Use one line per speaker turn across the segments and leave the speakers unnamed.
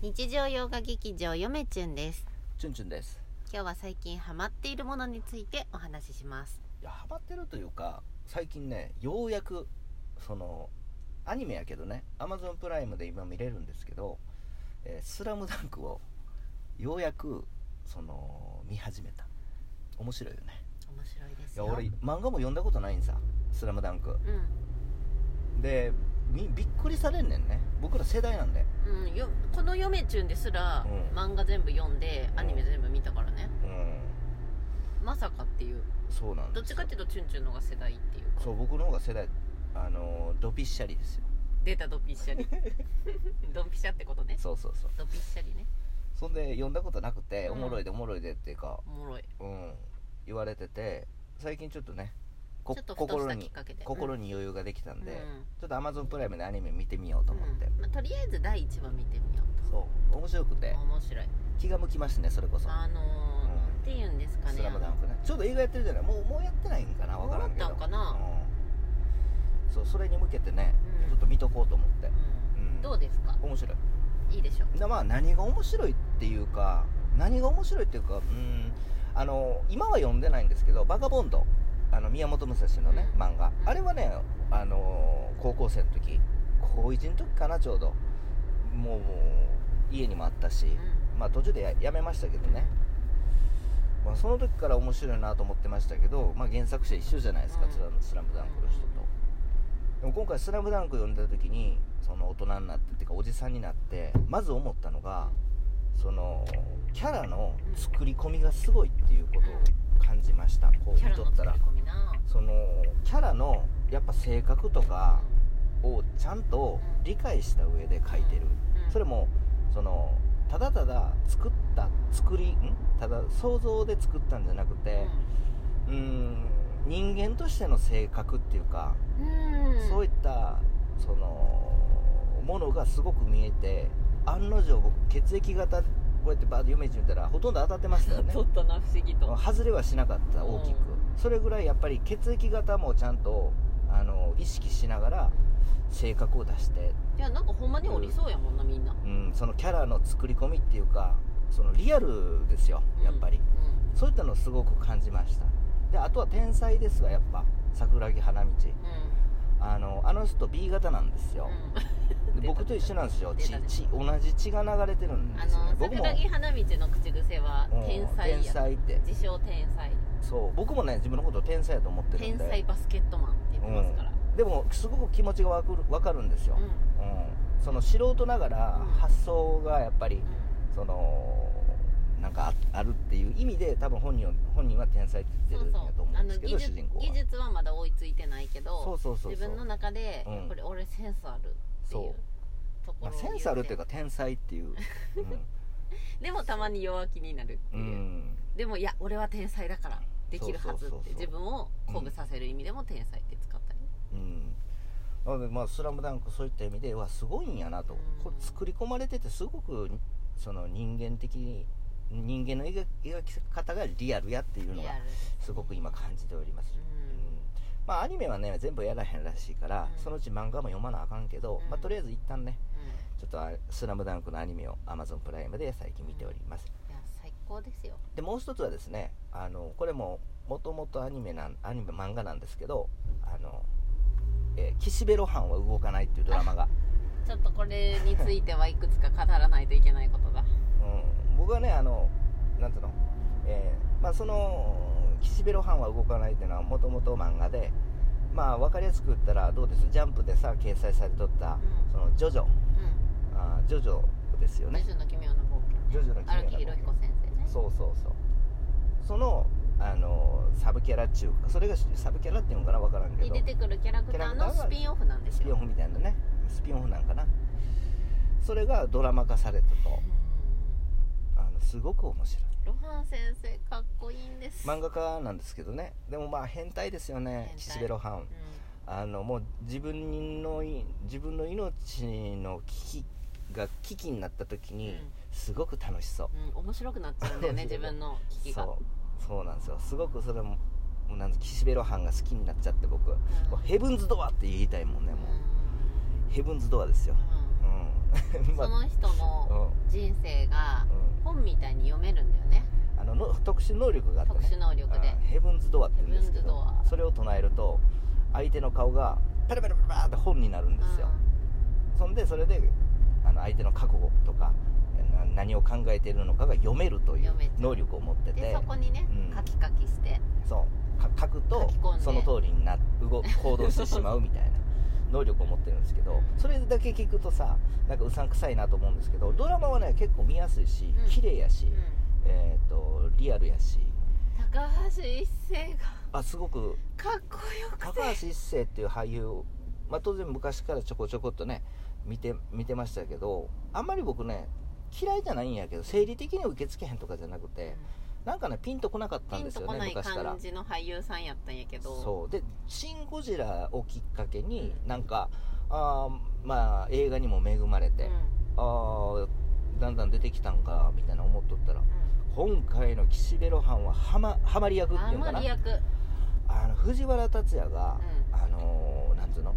日常洋画劇場よめちゅんです
チュンチュンです
今日は最近ハマっているものについてお話しします
いやハマってるというか最近ねようやくそのアニメやけどね Amazon プライムで今見れるんですけど「えースラムダンクをようやくその見始めた面白いよね
面白いで
い
す
や
よ
俺漫画も読んだことないんさ「スラムダンクでみびっくりされんねんね僕ら世代なんで
うん、うん、よこのよめちゅんですら、
うん
漫画全部読んで
うん
アニメ全部見たからね、
うん
まさかっていう
そうなんです
どっちかっていうとチュンチュンの方が世代っていうか
そう僕の方が世代あのードピッシャリですよ
出たドピシャ リドピシャってことね
そうそうそう
ドピシャリね
そんで読んだことなくて、
うん
おもろいでおもろいでっていうか
おもろい
うん言われてて最近ちょっとねこ
ちょっとふとし
心
たきっ
に
かけで
心
に
に余裕ができたんで、
うん
ちょっと Amazon プライムでアニメ見てみようと思って、
うんまあ、とりあえず第1話見てみよう
そう面白くて
と面白い
気が向きましたねそれこそ
あのー
うん
なんていうんです
「
かね
スラムダンクねちょうど映画やってるじゃないもうもうやってないんかなわからんけど
もうやったんかな
うんそうそれに向けてね、
うん
ちょっと見とこうと思って、
う
うんん、
どうですか
面白い
いいでしょう
なまあ何が面白いっていうか何が面白いっていうかうんあの今は読んでないんですけど「バカボンド」あの宮本武蔵のね
うん
漫画
うん
あれはねあの高校生の時高1の時かなちょうどもうもう家にもあったしまあ途中でややめましたけどね、まあ、その時から面白いなと思ってましたけど、まあ、原作者一緒じゃないですか「
うん
スラムスラムダンクの人と。でも今回「スラムダンク読んだ時にその大人になってっていうかおじさんになってまず思ったのがそのキャラの作り込みがすごいっていうことを感じましたこ
うん、キ
う
ャ
見
ラ
と
の
った
作り
ら
込みな
そのキャラのやっぱ性格とかをちゃんと理解した上で書いてる
うん
それもそのただただ作った作りんただ想像で作ったんじゃなくてうん人間としての性格っていうか
うん、うん、
そうい
い
ったそのものがすごく見えて案の定僕血液型こうやってバーッと夢中見たらほとんど当たってましたよ ね
撮ったな不思議と
外れはしなかった大き
う
くそれぐらいやっぱり血液型もちゃんとあの意識しながら性格を出して、
いやなんかほんまにおりそうやもんなみんな
うん、そのキャラの作り込みっていうかそのリアルですよやっぱり、
う
そういったのをすごく感じましたであとは天才ですがやっぱ桜木花道
んうん
あのあの人 B 型なんですよ、
うん
で僕と一緒なんですよ
出
血
たね
血同じ血が流れてるん
あ
ですよ、ね
の、
僕も
桜木花道の口癖は
うん
天才
天
や
才って
自称天才
そう僕もね自分のことを天才やと思ってるん
天
で
才バスケットマンって言ってますから
でもすごく気持ちがわかるわかるんですよ
う、ん
うんその素人ながら
うん
発想がやっぱり、
う
そのなんかああるっていう意味で多分本人は本人は天才って言
ん
って
そう
るんだと
そう
思う
あ
んで
の
すけど
技術
主人公は
技術はまだ追いついてないけ
そう
ど
そうそうそう
自分の中で
うん
これ俺センスあるっていう
そう
とこ
まあ、
ろを
セ
言
ンスあるっていう
か
か天才っ ていう、
でもたまに弱気になるって
う
い
ん、う
う、
ん、
でもいや俺は天才だからできるはず
そうそう
っ
そうそ
て
う
自分を鼓舞させる意味でも天才って使ったり、
うんなのでまあ「スラムダンクそういった意味ではすごいんやなと、
うん
これ作り込まれててすごくその人間的に人間の描き描き方がリアルやっていうの
リア
が
ル
すごく今感じております、うん
う
まあアニメはね全部やらへんらしいから、
うん
そのうち漫画も読まなあかんけど、
うん
まあ、とりあえず一旦ね
ん、うん
ちょっとあれ「スラムダンクのアニメを Amazon プライムで最近見ております、
いや最高ですよ
でもう一つはですねあのこれももともとアニメなんアニメ漫画なんですけどあの、えー岸辺露伴は動かない」っていうドラマが、
ちょっとこれについてはいくつか語らないといけないことだ
うん、僕はねあのなんていうの、えーまあ、その「岸辺露伴は動かない」っていうのはもともと漫画でまあ分かりやすく言ったらどうですジャンプでさ掲載されとった「そのジョジョ」
う
あージョジョ」ですよ
ん「ジ
ね
ョジョの奇妙な冒険
「ジョジョ」の奇妙な
荒木
冒
宏
険
彦先生ね
そうそうそうそのあのサブキャラっちゅうかそれがサブキャラっていうのかな分からんけ
に
ど
出てくるキャラクター
キャ
の
ラクター
ス
が
ピンオフなんです
スピン
よ
オフみたいなねスピンオフなんかなそれがドラマ化されたと
うんうん
あのすごく面白い
うんロハン先生かっこいいんです
漫画家なんですけどねでもまあ変態ですよね
変態
岸辺露伴
う
あのもう自分のい自分の命の危機が危機になった時
ん
にすごく楽しそ
うんうん面白くなっちゃうんだ よね自分の
う、
聞きが
そうそうなんですよすごくそれももうなん岸辺露伴が好きになっちゃって僕
うん
もうヘブンズ・ドアって言いたいもんねも
うん
うヘブンズ・ドアですよ、
うん
うん、
その人
う
の
んうん
人生が本みたいに読めるんだよね
あのの特殊能力があってね
特殊能力で
あヘブンズ・ドアって言うんですけ
ヘブン
ど
ズドア
それを唱えると相手の顔がペラペラペラペラって本になるんですよ、そんでそれであの相手の覚悟とかな何を考えているのかが読めるという
読めちゃう
能力を持って
うんで
て
そこにね、
うん
カキカキして
そうか書く
書
と
き込んで
その通りにな動行動してしまうみたいな 能力を持ってるんですけどそれだけ聞くとさなんかうさんくさいなと思うんですけどドラマはね結構見やすいし
うん
綺麗やし、
うん
えっ、とリアルやし
高橋一生が
あすごく
かっこよく
高
て
橋一生っていう俳優、まあ、当然昔からちょこちょこっとね見て見てましたけどあんまり僕ね嫌いじゃないんやけど生理的に受け付けへんとかじゃなくてなんかねピンとこなかった
ピ
んで
ン
す
と
よ
こ
ね
ない
昔から
感じの俳優さんやったんやけど
そうで「シン・ゴジラ」をきっかけになんかあーまあ映画にも恵まれて、
うん
あーだんだん出てきたんかみたいな思っとったら今回の岸辺露伴はハマハマり役
う
っ
ん、
て
あ
いうんの
ま
かな
り役、うん、
あの藤原竜也が、あのーなんつうの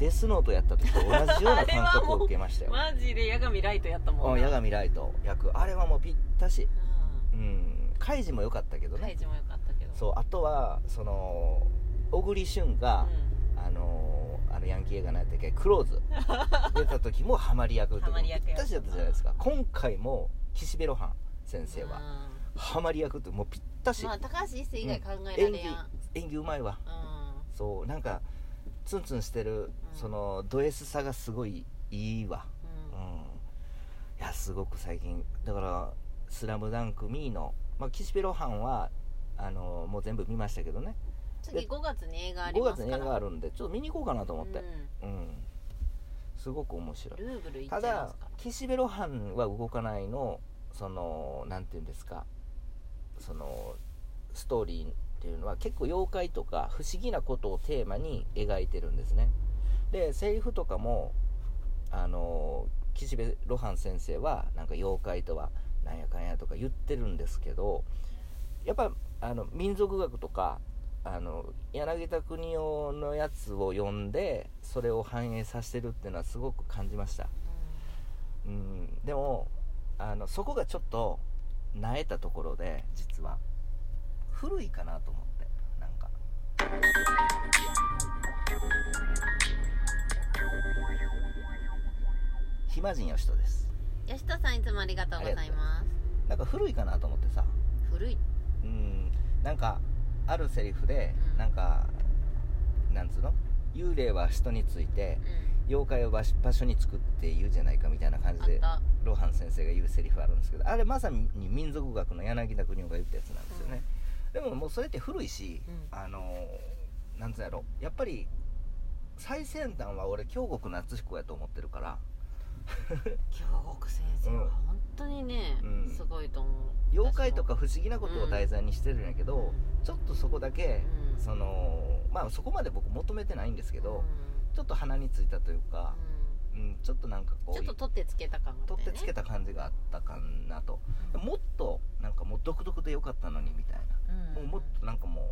デスノートやった時と同じよう な感覚を受けましたよ
マジで矢神ライトやったも
うんん
な
八神ライト役あれはもうぴったし
う
うんカイジも良かったけど
んカイ
ね
ジも良かったけど
そうあとはその小栗旬が、
う
あのーあのヤンキー映画なんやったっけク ローズ出た時もハマり役の時
ハマり役
ぴっ
やった
たしだったじゃないですか今回も岸辺露伴先
ん
生は
うん
ハマり役ってもうぴったし、
まあ高橋一生以外考えら
演
れ
技
やん、
演技うまいわ
うん
そうなんかツンツンしてる
うん
そのド S さがすごいいいわうんいやすごく最近だから「スラムダンクミーの、まあ、岸辺露伴はあのもう全部見ましたけどね
次5月に映画あり
5
ます
月
から
に映画あるんでちょっと見に行こうかなと思って
うん
うん、すごく面白い
ルーブルいっちゃ
た
いま
だ
すから
岸辺露伴は動かないのそのなんていうんですかそのストーリーっていうのは結構妖怪とか不思議なことをテーマに描いてるんですねでセリフとかもあの岸辺露伴先生はなんか妖怪とはなんやかんやとか言ってるんですけどやっぱあの民族学とかあの柳田国男のやつを読んでそれを反映させてるっていうのはすごく感じましたうんでもあのそこがちょっとなえたところで実は古いかなと思ってなんか暇人よしとです
うん吉田さんいつもありがとうございます
なんか古いかなと思ってさ
古い
うんなんかあるセリフで、
うん
なんかなんつうの幽霊は人について
う
妖怪を場所場所に作って言うじゃないかみたいな感じ
ん
で
あっ
露伴先生が言うセリフあるんですけどあれまさに民族学の柳田国男が言ったやつなんですよね、でももうそれって古いし、
うん
あのーなんつうんやろやっぱり最先端は俺京極夏彦やと思ってるから
た京極先生は本当にね、
うん
すごいと思う
妖怪とか不思議なことを題材にしてるんやけど、ちょっとそこだけ、
うん
そのまあそこまで僕求めてないんですけど、ちょっと鼻についたという
うん
か、うん、ちょっとなんか
うんちょ
こう
っと取ってつけた感があ
取ってつけ
た
た感じがあったかなともっとなんかもう独特でよかったのにみたいな、もうもっとなんかもう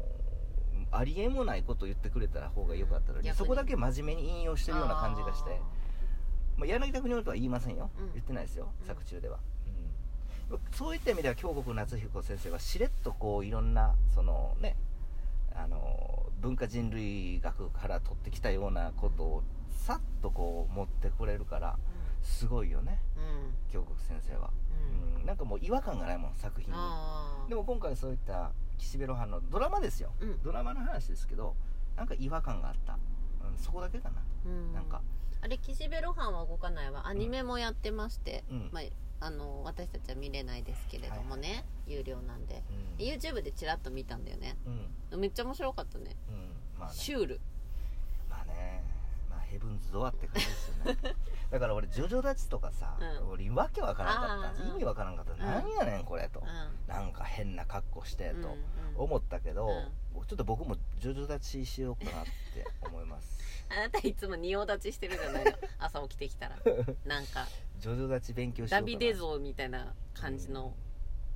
ありえもないことを言ってくれた方がよかったのに
逆に
そこだけ真面目に引用してるような感じがしてまあ、柳田国男とは言いませんよ、
うん
言ってないですよ、
うん
作中では、うん、そういった意味では京極夏彦先生はしれっとこういろんなそのねあの文化人類学から取ってきたようなことをさっとこう持ってこれるからすごいよね
うんうん
京極先生は、
うん
うん、なんかもう違和感がないもん作品に
あー
でも今回そういった岸辺露伴のドラマですよ
うん
ドラマの話ですけどなんか違和感があった、うん、そこだけかな、
うん
なんか
あれ岸辺露伴は動かないわアニメもやってまして、
うん
まあ、あの私たちは見れないですけれどもね、有料なんで
うん、
YouTube でチラッと見たんだよね
うん
めっちゃ面白かったね
うんまあね
シュール
まあねまあヘブンズ・ドアって感じです よねだから俺ジョジョ立ちとかさ、
うん
俺わけわからんかった
あー
意味わからんかった、何やねんこれと、
う
なんか変な格好して
ん
と
うんうん
思ったけど、
う
ちょっと僕もジョジョ立ちしようかなって思います
あなたいつも仁王立ちしてるじゃない の朝起きてきたらなんか
ジョジョ立ち勉強し
ダ
ようかな
ビデ像みたいな感じの、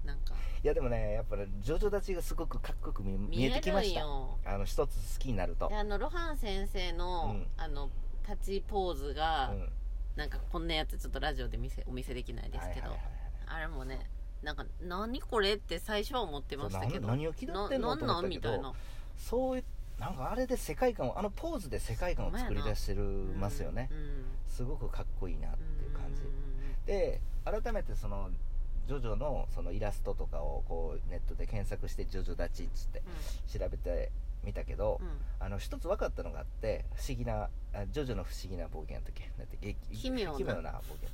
なんか
いやでもねやっぱねジョジョ立ちがすごくかっこよく見見
見
えて
え
き
る
ま
ん
した
よ
あの一つ好きになると
で、あの露伴先生の、
うん
あの立ちポーズが、
うん
なんかこんなやつちょっとラジオで見せお見せできないですけど、
はいはいはいはい
あれもねなんか「何これ?」って最初は思ってましたけど
そう何何を気取ってん
な
の
なんな
と思ったけど
んみたいな
そういうなんかあれで世界観をあのポーズで世界観を作り出してるますよね
うん
すごくかっこいいなって
うん
いう感じ
うん
で改めてそのジョジョのそのイラストとかをこうネットで検索して「ジョジョ立ち」っつって調べてみたけど、
うんうん
あの一つ分かったのがあって不思議なあジョジョの不思議な冒険の時なんて奇
奇妙な
奇妙な冒険の時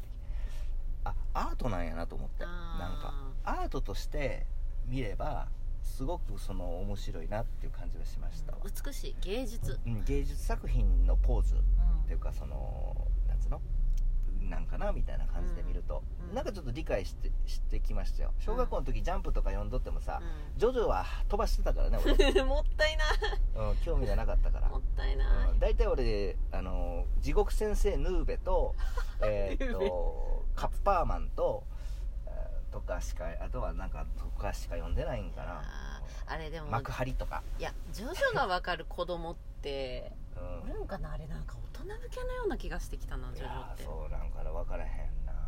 あアートなんやなと思ってなんか
あ
アートとして見ればすごくその面白いなっていう感じはしましたわ
ー、美しい芸術、
うん、芸術作品のポーズっていううかそのなんつうのなんかなみたいな感じで見ると、
うん
なんかちょっと理解してしてきましたよ小学校の時ジャンプとか読んどってもさ、ジョジョは飛ばしてたからね俺、
ん もったいな
うん、興味がなかった から
もったいな
うん大体俺あの地獄先生ヌー ベとえーっ
ヌーベ
とカッパーマンとえーとかしかあとはなんかとかしか読んでないんかな
あーあれでも
幕張とか、
いやジョジョがわかる子供って
う
お
ん、
るんかなあれなんか大人向けのような気がしてきたないジョジョ
や
って
ーそうなんかな分からへんな、
うん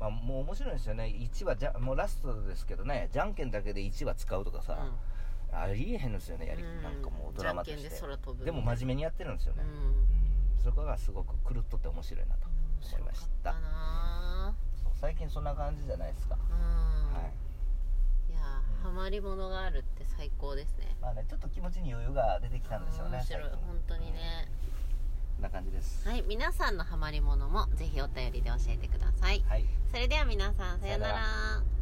まあ、もう面白いですよね1話じゃもうラストですけどねじゃんけんだけで1話使うとかさ、ありえへんですよねやり、
うん
なんかもうドラマとし
じゃん
て
けんで空飛ぶ
でも真面目にやってるんですよね
う、ん
うんそこがすごく狂っとって面白いなと思いまし
だ
た
な
そう最近そんな感じじゃないですか、
ーうん、
はい
い、やーハ
うん
マりものがあるって最高ですね
まあねちょっと気持ちに余裕が出てきたんですよね
面白い
最近
本当にね、
こんな感じです
はい皆さんのハマりものもぜひお便りで教えてください
はい
それでは皆さんさような
さよ
ら